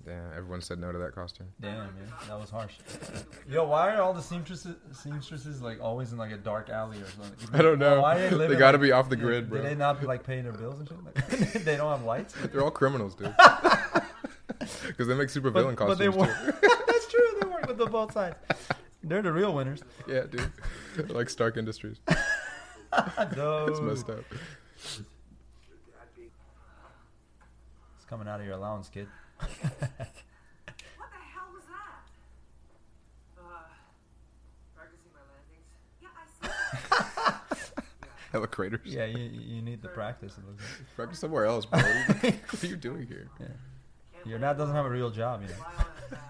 Speaker 2: Damn, everyone said no to that costume.
Speaker 1: Damn, man, that was harsh. Yo, why are all the seamstresses, seamstresses like always in like a dark alley or something?
Speaker 2: I don't know.
Speaker 1: Why are
Speaker 2: They
Speaker 1: living,
Speaker 2: gotta
Speaker 1: like-
Speaker 2: be off the
Speaker 1: yeah,
Speaker 2: grid,
Speaker 1: do
Speaker 2: bro.
Speaker 1: they not like paying their bills and shit? Like, they don't have lights.
Speaker 2: They're all criminals, dude. Because they make super villain
Speaker 1: But, but
Speaker 2: costumes
Speaker 1: they work.
Speaker 2: too.
Speaker 1: That's true. They work with the both sides. They're the real winners.
Speaker 2: Yeah, dude. They're like Stark Industries.
Speaker 1: Dude,
Speaker 2: It's messed up.
Speaker 3: Your dad being
Speaker 1: it's coming out of your allowance, kid.
Speaker 5: What the hell was that?
Speaker 6: Uh, practicing my landings.
Speaker 5: Yeah, I see. that.
Speaker 2: Hella craters.
Speaker 1: yeah, you, you need the practice. It looks
Speaker 2: Practice somewhere else, bro. What are you- what are you doing here?
Speaker 1: like. Your dad doesn't have a real job, you
Speaker 6: Lie on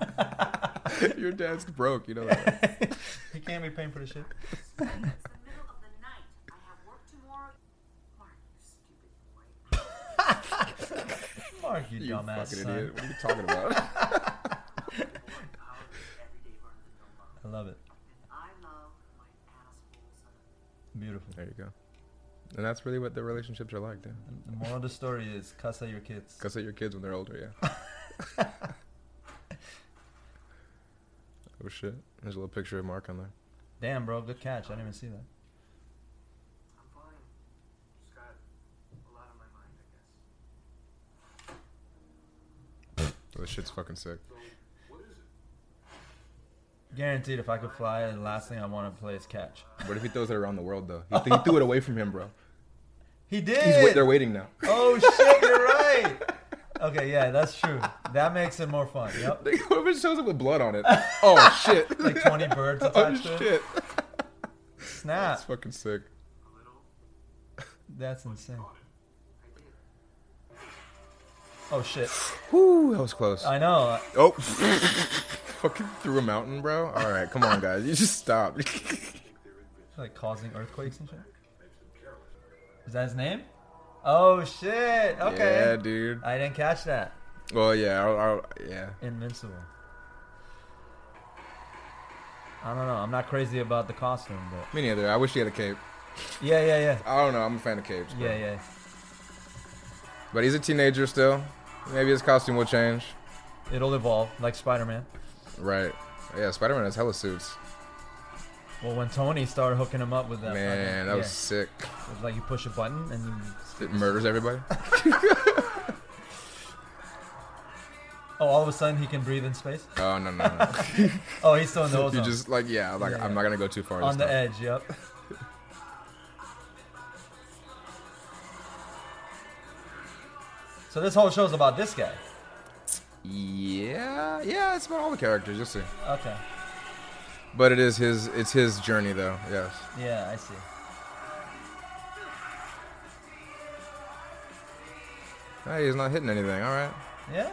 Speaker 6: his back.
Speaker 2: Your dad's broke, you know that.
Speaker 1: know. he can't be paying for the shit.
Speaker 5: It's the middle of the night. I have work tomorrow. Mark, you stupid boy.
Speaker 1: Mark, you,
Speaker 2: You
Speaker 1: dumbass
Speaker 2: fucking
Speaker 1: son.
Speaker 2: idiot. What are you talking about?
Speaker 4: Power every day burn
Speaker 1: I
Speaker 4: the no love.
Speaker 1: love it.
Speaker 4: And I love my assholes.
Speaker 1: Beautiful.
Speaker 2: There you go. And that's really what the relationships are like, dude.
Speaker 1: The moral of the story is cuss at your kids.
Speaker 2: Cuss at your kids when they're older, yeah. oh shit. There's a little picture of Mark on there.
Speaker 1: Damn, bro, good catch. I didn't even see that.
Speaker 6: I'm fine. Just got a lot on my mind, I guess.
Speaker 2: Oh, this shit's fucking sick.
Speaker 3: so, what is it?
Speaker 1: Guaranteed, if I could fly, the last thing I want to play is catch.
Speaker 2: What if he throws it around the world though? He, th- he threw it away from him, bro.
Speaker 1: He did.
Speaker 2: He's wait- they're waiting now.
Speaker 1: oh shit, you're right. Okay, yeah, that's true. That makes it more fun. Yep.
Speaker 2: Whoever shows up with blood on it. Oh shit.
Speaker 1: Like 20 birds
Speaker 2: oh
Speaker 1: attached to it.
Speaker 2: shit.
Speaker 1: Snap.
Speaker 2: That's fucking sick.
Speaker 6: A little.
Speaker 1: That's insane.
Speaker 6: I did.
Speaker 1: Oh shit.
Speaker 2: Whew, that was close.
Speaker 1: I know.
Speaker 2: Oh, fucking through a mountain, bro. All right, come on, guys. You just stop.
Speaker 1: Like causing earthquakes and shit.
Speaker 3: Makes them careless.
Speaker 1: Is that his name? Oh shit. Okay.
Speaker 2: Yeah, dude.
Speaker 1: I didn't catch that.
Speaker 2: Well, yeah, I'll, I'll, yeah.
Speaker 1: Invincible. I don't know. I'm not crazy about the costume, but
Speaker 2: Me neither. I wish he had a cape.
Speaker 1: yeah, yeah, yeah,
Speaker 2: I don't know. I'm a fan of capes. Bro.
Speaker 1: yeah, yeah.
Speaker 2: But he's a teenager still. Maybe his costume will change.
Speaker 1: It'll evolve like Spider-Man.
Speaker 2: Right. Yeah, Spider Man has hella suits.
Speaker 1: Well, when Tony started hooking him up with that,
Speaker 2: Man,
Speaker 1: fucking-
Speaker 2: that was
Speaker 1: yeah.
Speaker 2: sick.
Speaker 1: It was like you push a button and you.
Speaker 2: It murders everybody.
Speaker 1: Oh, all of a sudden he can breathe in space.
Speaker 2: Oh, no, no, no.
Speaker 1: Oh, he's still in the
Speaker 2: you
Speaker 1: ozone.
Speaker 2: just, like, yeah, like,
Speaker 1: Yeah.
Speaker 2: I'm not going to go too far.
Speaker 1: on
Speaker 2: this
Speaker 1: the
Speaker 2: time.
Speaker 1: edge. Yep. So this whole show's about this guy.
Speaker 2: Yeah, yeah, it's about all the characters. You'll see.
Speaker 1: Okay.
Speaker 2: But it is his, it's his journey, though. Yes.
Speaker 1: Yeah, I see.
Speaker 2: Hey, he's not hitting anything. All right.
Speaker 1: Yeah.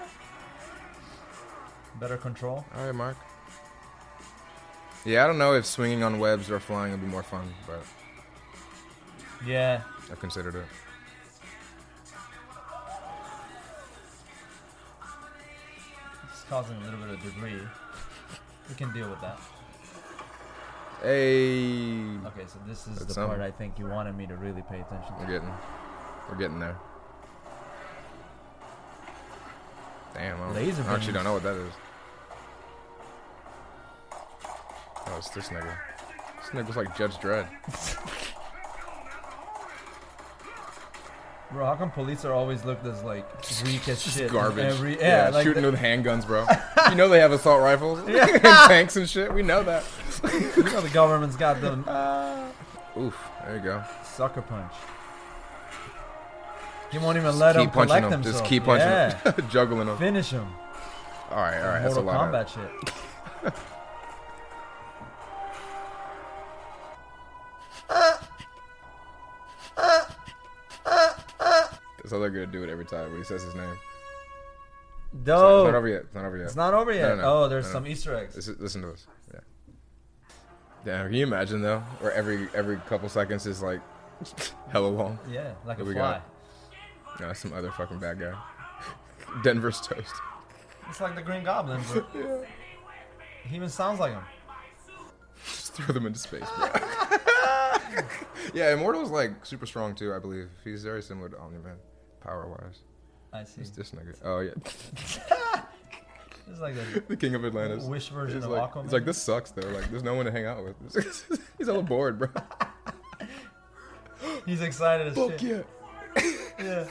Speaker 1: Better control.
Speaker 2: All right, Mark. Yeah, I don't know if swinging on webs or flying would be more fun, but
Speaker 1: Yeah.
Speaker 2: I've considered it.
Speaker 1: It's causing a little bit of debris. We can deal with that.
Speaker 2: Hey,
Speaker 1: Okay, so this is
Speaker 2: That's
Speaker 1: the part
Speaker 2: something.
Speaker 1: I think you wanted me to really pay attention
Speaker 2: we're
Speaker 1: to.
Speaker 2: getting, we're getting there. Damn, I, don't-
Speaker 1: Laser
Speaker 2: I actually
Speaker 1: beams.
Speaker 2: don't know what that is. Oh, it's this nigga. This nigga's like Judge Dredd.
Speaker 1: Bro, how come police are always looked as like weak as
Speaker 2: Just
Speaker 1: shit? in
Speaker 2: garbage.
Speaker 1: Every, yeah,
Speaker 2: yeah,
Speaker 1: like
Speaker 2: shooting
Speaker 1: the,
Speaker 2: with handguns, bro. you know they have assault rifles and tanks and shit. We know that.
Speaker 1: you know the government's got the
Speaker 2: Oof, there you go.
Speaker 1: sucker punch. He won't even let him
Speaker 2: punching
Speaker 1: collect
Speaker 2: him.
Speaker 1: himself.
Speaker 2: Just keep punching
Speaker 1: yeah.
Speaker 2: him. Juggling him.
Speaker 1: Finish him.
Speaker 2: All right, all right. That's a
Speaker 1: Mortal
Speaker 2: lot. of-
Speaker 1: Kombat shit.
Speaker 2: That's how they're gonna do it every time when he says his name. It's, not, it's not
Speaker 1: Dope.
Speaker 2: over yet. It's not over yet.
Speaker 1: Oh. It's not over yet.
Speaker 2: No, no,
Speaker 1: oh, there's
Speaker 2: no, no.
Speaker 1: some Easter eggs.
Speaker 2: Listen, listen to this. Yeah. Damn. Can you imagine though? Where every every couple seconds is like hella long.
Speaker 1: Yeah, like a
Speaker 2: Here we
Speaker 1: fly.
Speaker 2: go. No, that's some other fucking bad guy. Denver's toast.
Speaker 1: It's like the Green Goblin. Bro. He even sounds like him.
Speaker 2: Just throw them into space. Bro. yeah, Immortal's like super strong too, I believe. He's very similar to Omni-Man, power wise.
Speaker 1: I see.
Speaker 2: It's this nigga. Oh yeah.
Speaker 1: It's like a
Speaker 2: the king of Atlantis.
Speaker 1: Which version
Speaker 2: He's
Speaker 1: of
Speaker 2: like,
Speaker 1: Aquaman?
Speaker 2: He's like, this sucks though. Like, there's no one to hang out with. he's all bored, bro.
Speaker 1: He's excited as
Speaker 2: Fuck
Speaker 1: shit.
Speaker 2: yeah.
Speaker 1: Yeah.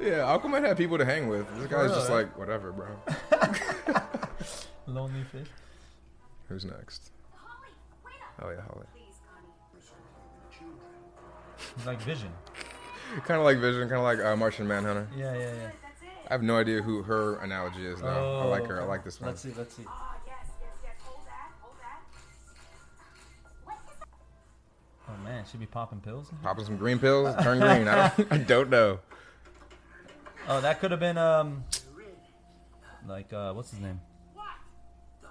Speaker 2: Yeah, Aquaman had people to hang with. This guy's
Speaker 1: real,
Speaker 2: just
Speaker 1: eh?
Speaker 2: like, whatever, bro.
Speaker 1: Lonely fish.
Speaker 2: Who's next?
Speaker 5: Holly, wait up.
Speaker 2: Oh yeah, Holly.
Speaker 5: Please, Connie.
Speaker 1: He's like Vision.
Speaker 2: Kind of like Vision, kind of like uh, Martian Manhunter.
Speaker 1: Yeah, yeah, yeah. Oh,
Speaker 5: That's it.
Speaker 2: I have no idea who her analogy is though. I like her. I
Speaker 1: okay.
Speaker 2: like this one.
Speaker 1: Let's see. Let's see.
Speaker 5: Ah, yes, yes, yes. Hold that. Hold that. What is that?
Speaker 1: Oh man, she be popping pills.
Speaker 2: Popping some green pills, turn green. I don't, I don't know.
Speaker 1: Oh, that could have been um, like uh, what's his name?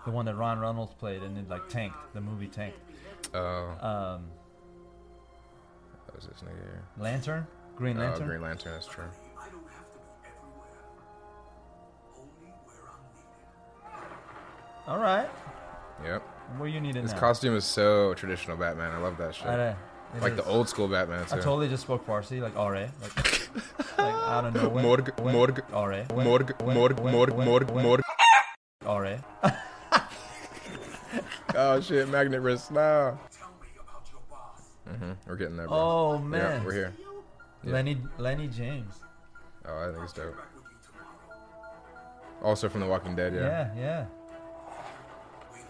Speaker 1: The one that Ron Reynolds played and it like tanked. The movie tanked.
Speaker 2: Oh,
Speaker 1: Um,
Speaker 2: that was this nigga here.
Speaker 1: Lantern. Green
Speaker 2: Oh,
Speaker 1: Lantern.
Speaker 2: Green Lantern. That's true.
Speaker 7: I don't have to be everywhere. Only where I'm needed.
Speaker 1: All right.
Speaker 2: Yep.
Speaker 1: Where you need it
Speaker 2: His
Speaker 1: now?
Speaker 2: costume is so traditional, Batman. I love that shit.
Speaker 1: I, uh, it
Speaker 2: like the
Speaker 1: is.
Speaker 2: old school Batman too.
Speaker 1: I totally just spoke Farsi, like alright, like, like I don't know.
Speaker 2: Morg, morg,
Speaker 1: alright,
Speaker 2: morg, morg, morg, morg, morg.
Speaker 1: alright.
Speaker 2: Oh shit, magnet wrist. No.
Speaker 7: Tell me about your boss.
Speaker 2: hmm We're getting there. Bro.
Speaker 1: Oh
Speaker 2: yeah,
Speaker 1: man,
Speaker 2: we're here. yeah.
Speaker 1: Lenny Lenny James.
Speaker 2: Oh, I think it's dope.
Speaker 7: Back with you tomorrow.
Speaker 2: Also from The Walking Dead. Yeah.
Speaker 1: Yeah, yeah.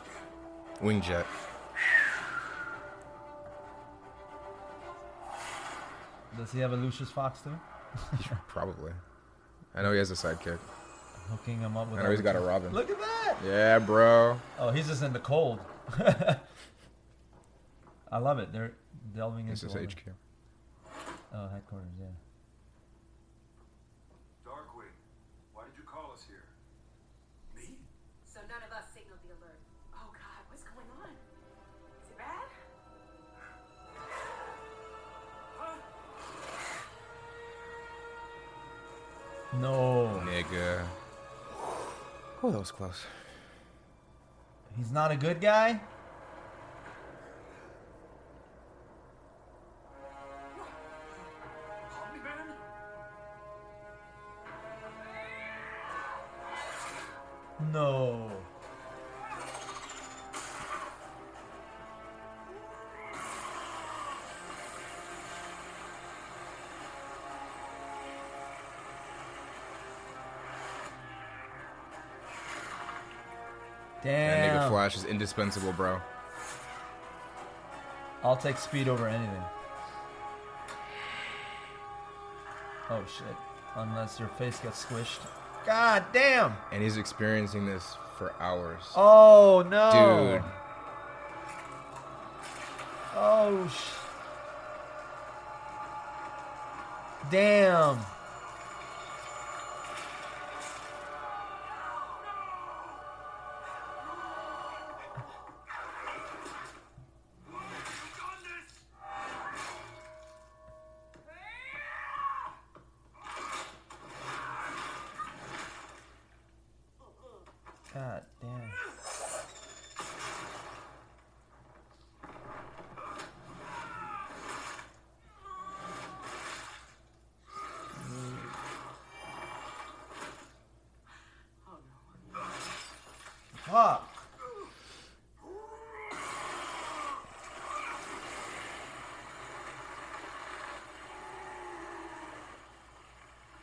Speaker 2: Wingjet.
Speaker 1: Does he have a Lucius Fox too?
Speaker 2: Probably. I know he has a sidekick.
Speaker 1: Hooking him up with.
Speaker 2: I know he's got a
Speaker 1: Robin.
Speaker 2: Robin.
Speaker 1: Look at that!
Speaker 2: Yeah, bro.
Speaker 1: Oh, he's just in the cold. I love it. They're delving
Speaker 2: This
Speaker 1: into all
Speaker 2: is
Speaker 1: the-
Speaker 2: HQ.
Speaker 1: Oh, headquarters. Yeah.
Speaker 3: Darkwing, why did you call us here?
Speaker 7: Me?
Speaker 5: So none of us signaled the alert. Oh God, what's going on? Is it bad?
Speaker 1: No,
Speaker 2: Nigga. Oh, that was close.
Speaker 1: he's not a good guy.
Speaker 7: Omni-Man?
Speaker 1: No.
Speaker 2: That nigga
Speaker 1: Damn.
Speaker 2: Flash is indispensable, bro.
Speaker 1: I'll take speed over anything. Oh shit. Unless your face gets squished. God damn.
Speaker 2: And he's experiencing this for hours.
Speaker 1: Oh no.
Speaker 2: Dude.
Speaker 1: Oh sh. Damn. God damn.
Speaker 5: Oh,
Speaker 1: Fuck.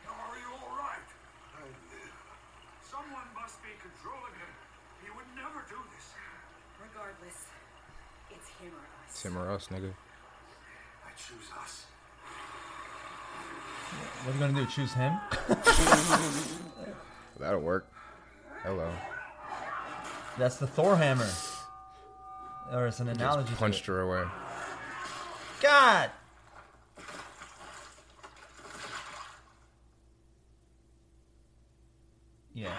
Speaker 7: Are you alright?
Speaker 3: Someone must be controlling him. He would never do this.
Speaker 5: Regardless, it's him or us.
Speaker 2: It's him or us, nigga.
Speaker 7: I choose us.
Speaker 1: What are you gonna do? Choose him?
Speaker 2: That'll work. Hello.
Speaker 1: That's the Thor hammer. Or it's an analogy.
Speaker 2: Just
Speaker 1: to
Speaker 2: punched her away.
Speaker 1: it. God. Yeah.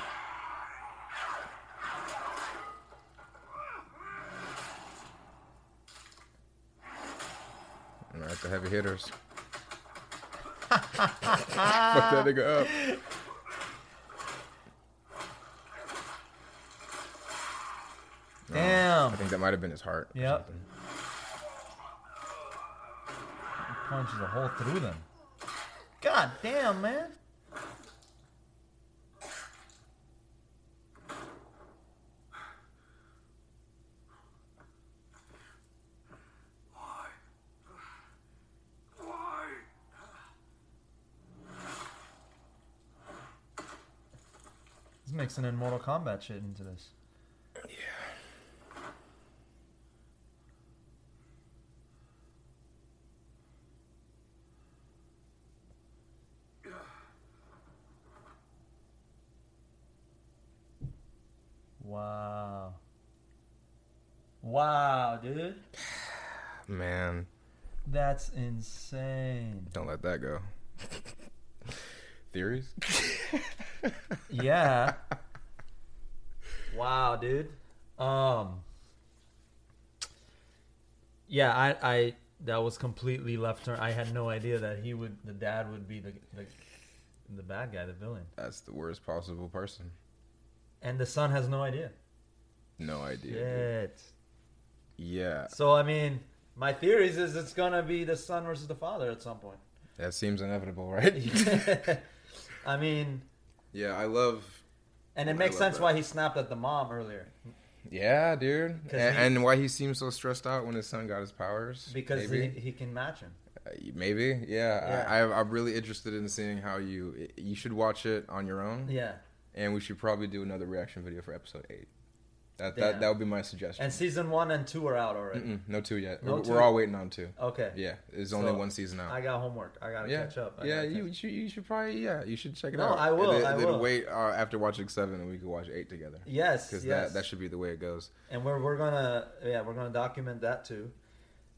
Speaker 2: And at the heavy hitters. Fuck that nigga up.
Speaker 1: Damn.
Speaker 2: I think that might have been his heart. or
Speaker 1: Um. Yep.
Speaker 2: something.
Speaker 1: punches a hole through them. God damn, man.
Speaker 7: Why? Why?
Speaker 1: He's mixing in Mortal Kombat shit into this. Wow. Wow, dude.
Speaker 2: Man,
Speaker 1: That's insane.
Speaker 2: don't let that go. Theories?
Speaker 1: Yeah. wow, dude. Um Yeah, I I that was completely left turn. I had no idea that he would the dad would be the the, the bad guy, the villain.
Speaker 2: That's the worst possible person.
Speaker 1: And the son has no idea.
Speaker 2: No idea. dude.
Speaker 1: Shit.
Speaker 2: Yeah.
Speaker 1: So I mean, my theories is it's gonna be the son versus the father at some point.
Speaker 2: That seems inevitable, right?
Speaker 1: I mean,
Speaker 2: yeah, I love.
Speaker 1: and it
Speaker 2: I
Speaker 1: makes
Speaker 2: love
Speaker 1: sense
Speaker 2: that.
Speaker 1: why he snapped at the mom earlier
Speaker 2: Yeah, dude.
Speaker 1: 'Cause
Speaker 2: A-
Speaker 1: he-
Speaker 2: and why he seems so stressed out when his son got his powers?
Speaker 1: because he,
Speaker 2: maybe.
Speaker 1: he can match him.
Speaker 2: Uh, maybe, yeah.
Speaker 1: Yeah.
Speaker 2: I, I, I'm really interested in seeing how you. You should watch it on your own,
Speaker 1: Yeah,
Speaker 2: and we should probably do another reaction video for episode eight. That
Speaker 1: Yeah.
Speaker 2: that, that would be my suggestion.
Speaker 1: and season one and two are out already.
Speaker 2: Mm-mm, no two yet.
Speaker 1: No
Speaker 2: we're,
Speaker 1: two?
Speaker 2: we're all waiting on two.
Speaker 1: Okay.
Speaker 2: Yeah, it's only
Speaker 1: So,
Speaker 2: one season out.
Speaker 1: I got homework. I gotta
Speaker 2: yeah,
Speaker 1: catch up. I
Speaker 2: yeah.
Speaker 1: gotta
Speaker 2: You,
Speaker 1: catch-
Speaker 2: you should you should probably yeah. You should check it
Speaker 1: No,
Speaker 2: out.
Speaker 1: I will,
Speaker 2: And then,
Speaker 1: I
Speaker 2: then
Speaker 1: will.
Speaker 2: wait uh, after watching seven, and we can watch eight together.
Speaker 1: Yes,
Speaker 2: because
Speaker 1: yes.
Speaker 2: that that should be the way it goes.
Speaker 1: and we're we're gonna yeah we're gonna document that too.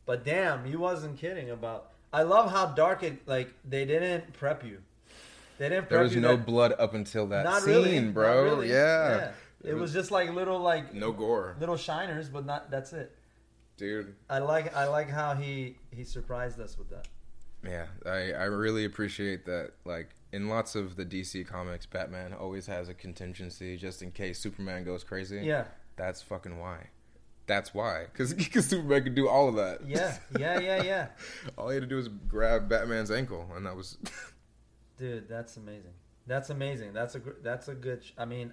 Speaker 1: But damn, you wasn't kidding about. I love how dark it like they didn't prep you. They didn't. Prep
Speaker 2: There was
Speaker 1: you
Speaker 2: no
Speaker 1: that-
Speaker 2: blood up until that
Speaker 1: Not
Speaker 2: scene,
Speaker 1: really, not
Speaker 2: bro.
Speaker 1: really.
Speaker 2: Yeah.
Speaker 1: It was just like little like
Speaker 2: no gore,
Speaker 1: little shiners, but not that's it.
Speaker 2: dude.
Speaker 1: I like I like how he he surprised us with that.
Speaker 2: Yeah, I, I really appreciate that. Like in lots of the DC comics, Batman always has a contingency just in case Superman goes crazy.
Speaker 1: Yeah.
Speaker 2: that's fucking why. That's why, because Superman could do all of that.
Speaker 1: Yeah, yeah, yeah, yeah.
Speaker 2: all he had to do was grab Batman's ankle, and that was
Speaker 1: Dude, that's amazing. That's amazing. That's a gr- that's a good. Sh- I mean,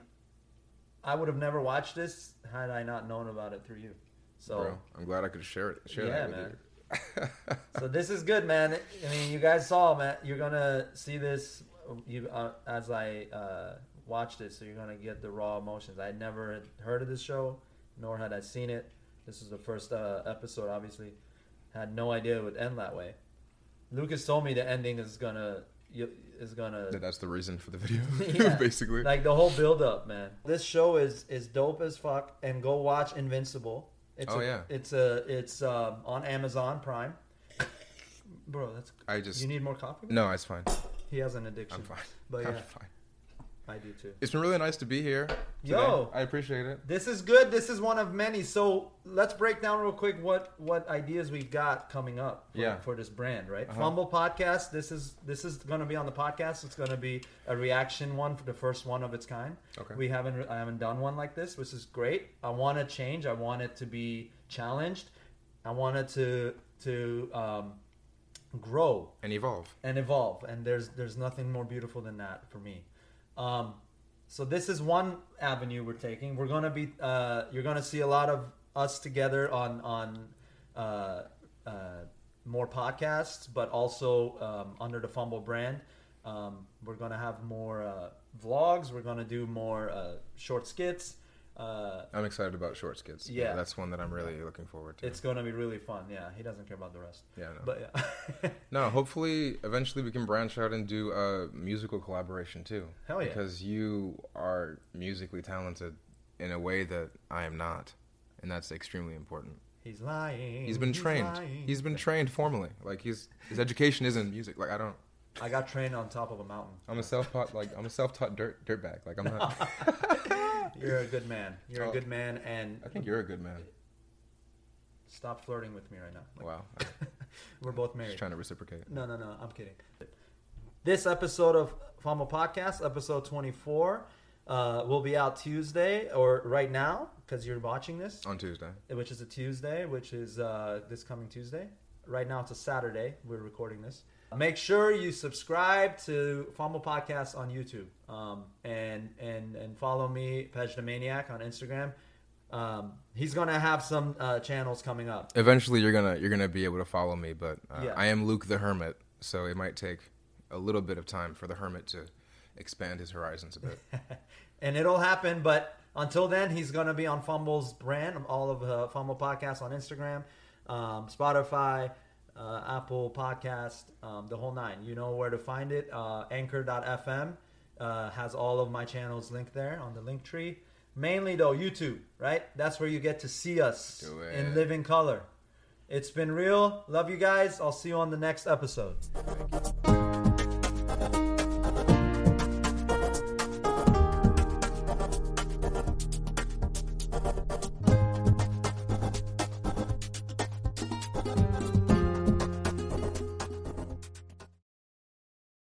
Speaker 1: I would have never watched this had I not known about it through you. So
Speaker 2: bro. I'm glad I could share it. Share
Speaker 1: Yeah,
Speaker 2: that with
Speaker 1: man.
Speaker 2: you.
Speaker 1: so this is good, man. I mean, you guys saw, man. You're gonna see this. You uh, as I uh, watched it, so you're gonna get the raw emotions. I never had heard of this show, nor had I seen it. This is the first uh, episode, obviously. Had no idea it would end that way. Lucas told me the ending is gonna you- is gonna
Speaker 2: That- That's the reason for the video,
Speaker 1: Yeah.
Speaker 2: basically.
Speaker 1: like the whole build up, man. This show is is dope as fuck. And go watch Invincible. It's
Speaker 2: Oh,
Speaker 1: a,
Speaker 2: yeah.
Speaker 1: it's a it's um, on Amazon Prime. Bro, that's
Speaker 2: I just
Speaker 1: you need more coffee.
Speaker 2: no, it's fine.
Speaker 1: He has an addiction.
Speaker 2: I'm fine.
Speaker 1: But yeah,
Speaker 2: I'm fine.
Speaker 1: I do too.
Speaker 2: It's been really nice to be here.
Speaker 1: Yo.
Speaker 2: today. I appreciate it.
Speaker 1: This is good. This is one of many. So let's break down real quick what what ideas we've got coming up. For,
Speaker 2: Yeah.
Speaker 1: for this brand, right?
Speaker 2: Uh-huh.
Speaker 1: Fumble podcast. This is this is going to be on the podcast. It's going to be a reaction one for the first one of its kind.
Speaker 2: Okay.
Speaker 1: We haven't re- I haven't done one like this, which is great. I want to change. I want it to be challenged. I want it to to um, grow
Speaker 2: And evolve.
Speaker 1: and evolve and there's there's nothing more beautiful than that for me um, so this is one avenue we're taking we're gonna be uh, you're gonna see a lot of us together on on uh, uh, more podcasts but also um, under the fumble brand um, we're gonna have more uh, vlogs we're gonna do more uh, short skits uh,
Speaker 2: I'm excited about short skits.
Speaker 1: Yeah.
Speaker 2: that's one that I'm really looking forward to.
Speaker 1: it's gonna be really fun yeah he doesn't care about the rest
Speaker 2: Yeah, I know.
Speaker 1: but yeah
Speaker 2: no, hopefully, eventually we can branch out and do a musical collaboration too.
Speaker 1: Hell yeah.
Speaker 2: Because you are musically talented in a way that I am not, and that's extremely important.
Speaker 1: he's lying
Speaker 2: He's been trained.
Speaker 1: lying.
Speaker 2: He's been trained formally. Like he's his education isn't music. Like I don't.
Speaker 1: I got trained on top of a mountain.
Speaker 2: I'm a self taught like I'm a self taught dirt dirtbag. Like I'm not.
Speaker 1: You're a good man. You're a
Speaker 2: Oh.
Speaker 1: good man, and
Speaker 2: I think you're a good man.
Speaker 1: stop flirting with me right now. Like,
Speaker 2: Wow. I'm
Speaker 1: We're both
Speaker 2: just
Speaker 1: married.
Speaker 2: trying to reciprocate.
Speaker 1: No, no, no. I'm kidding. This episode of Fama Podcast, episode 24, uh, will be out Tuesday or right now because you're watching this,
Speaker 2: On Tuesday.
Speaker 1: which is a Tuesday, which is uh, this coming Tuesday. Right now it's a Saturday. We're recording this. Make sure you subscribe to Fumble Podcast on YouTube um, and and and follow me, Pejdomaniac, on Instagram. Um, he's gonna have some uh, channels coming up.
Speaker 2: Eventually, you're gonna you're gonna be able to follow me, but uh,
Speaker 1: Yeah.
Speaker 2: I am Luke the Hermit, so it might take a little bit of time for the Hermit to expand his horizons a bit.
Speaker 1: and it'll happen. But until then, he's going to be on Fumble's brand, all of uh, Fumble Podcasts on Instagram, um, Spotify, uh, Apple Podcast, um, the whole nine. You know where to find it. Uh, Anchor.fm uh, has all of my channels linked there on the link tree. Mainly though, YouTube, right? That's where you get to see us
Speaker 2: Do
Speaker 1: in
Speaker 2: it.
Speaker 1: living color. It's been real. Love you guys. I'll see you on the next episode.
Speaker 2: Thank you.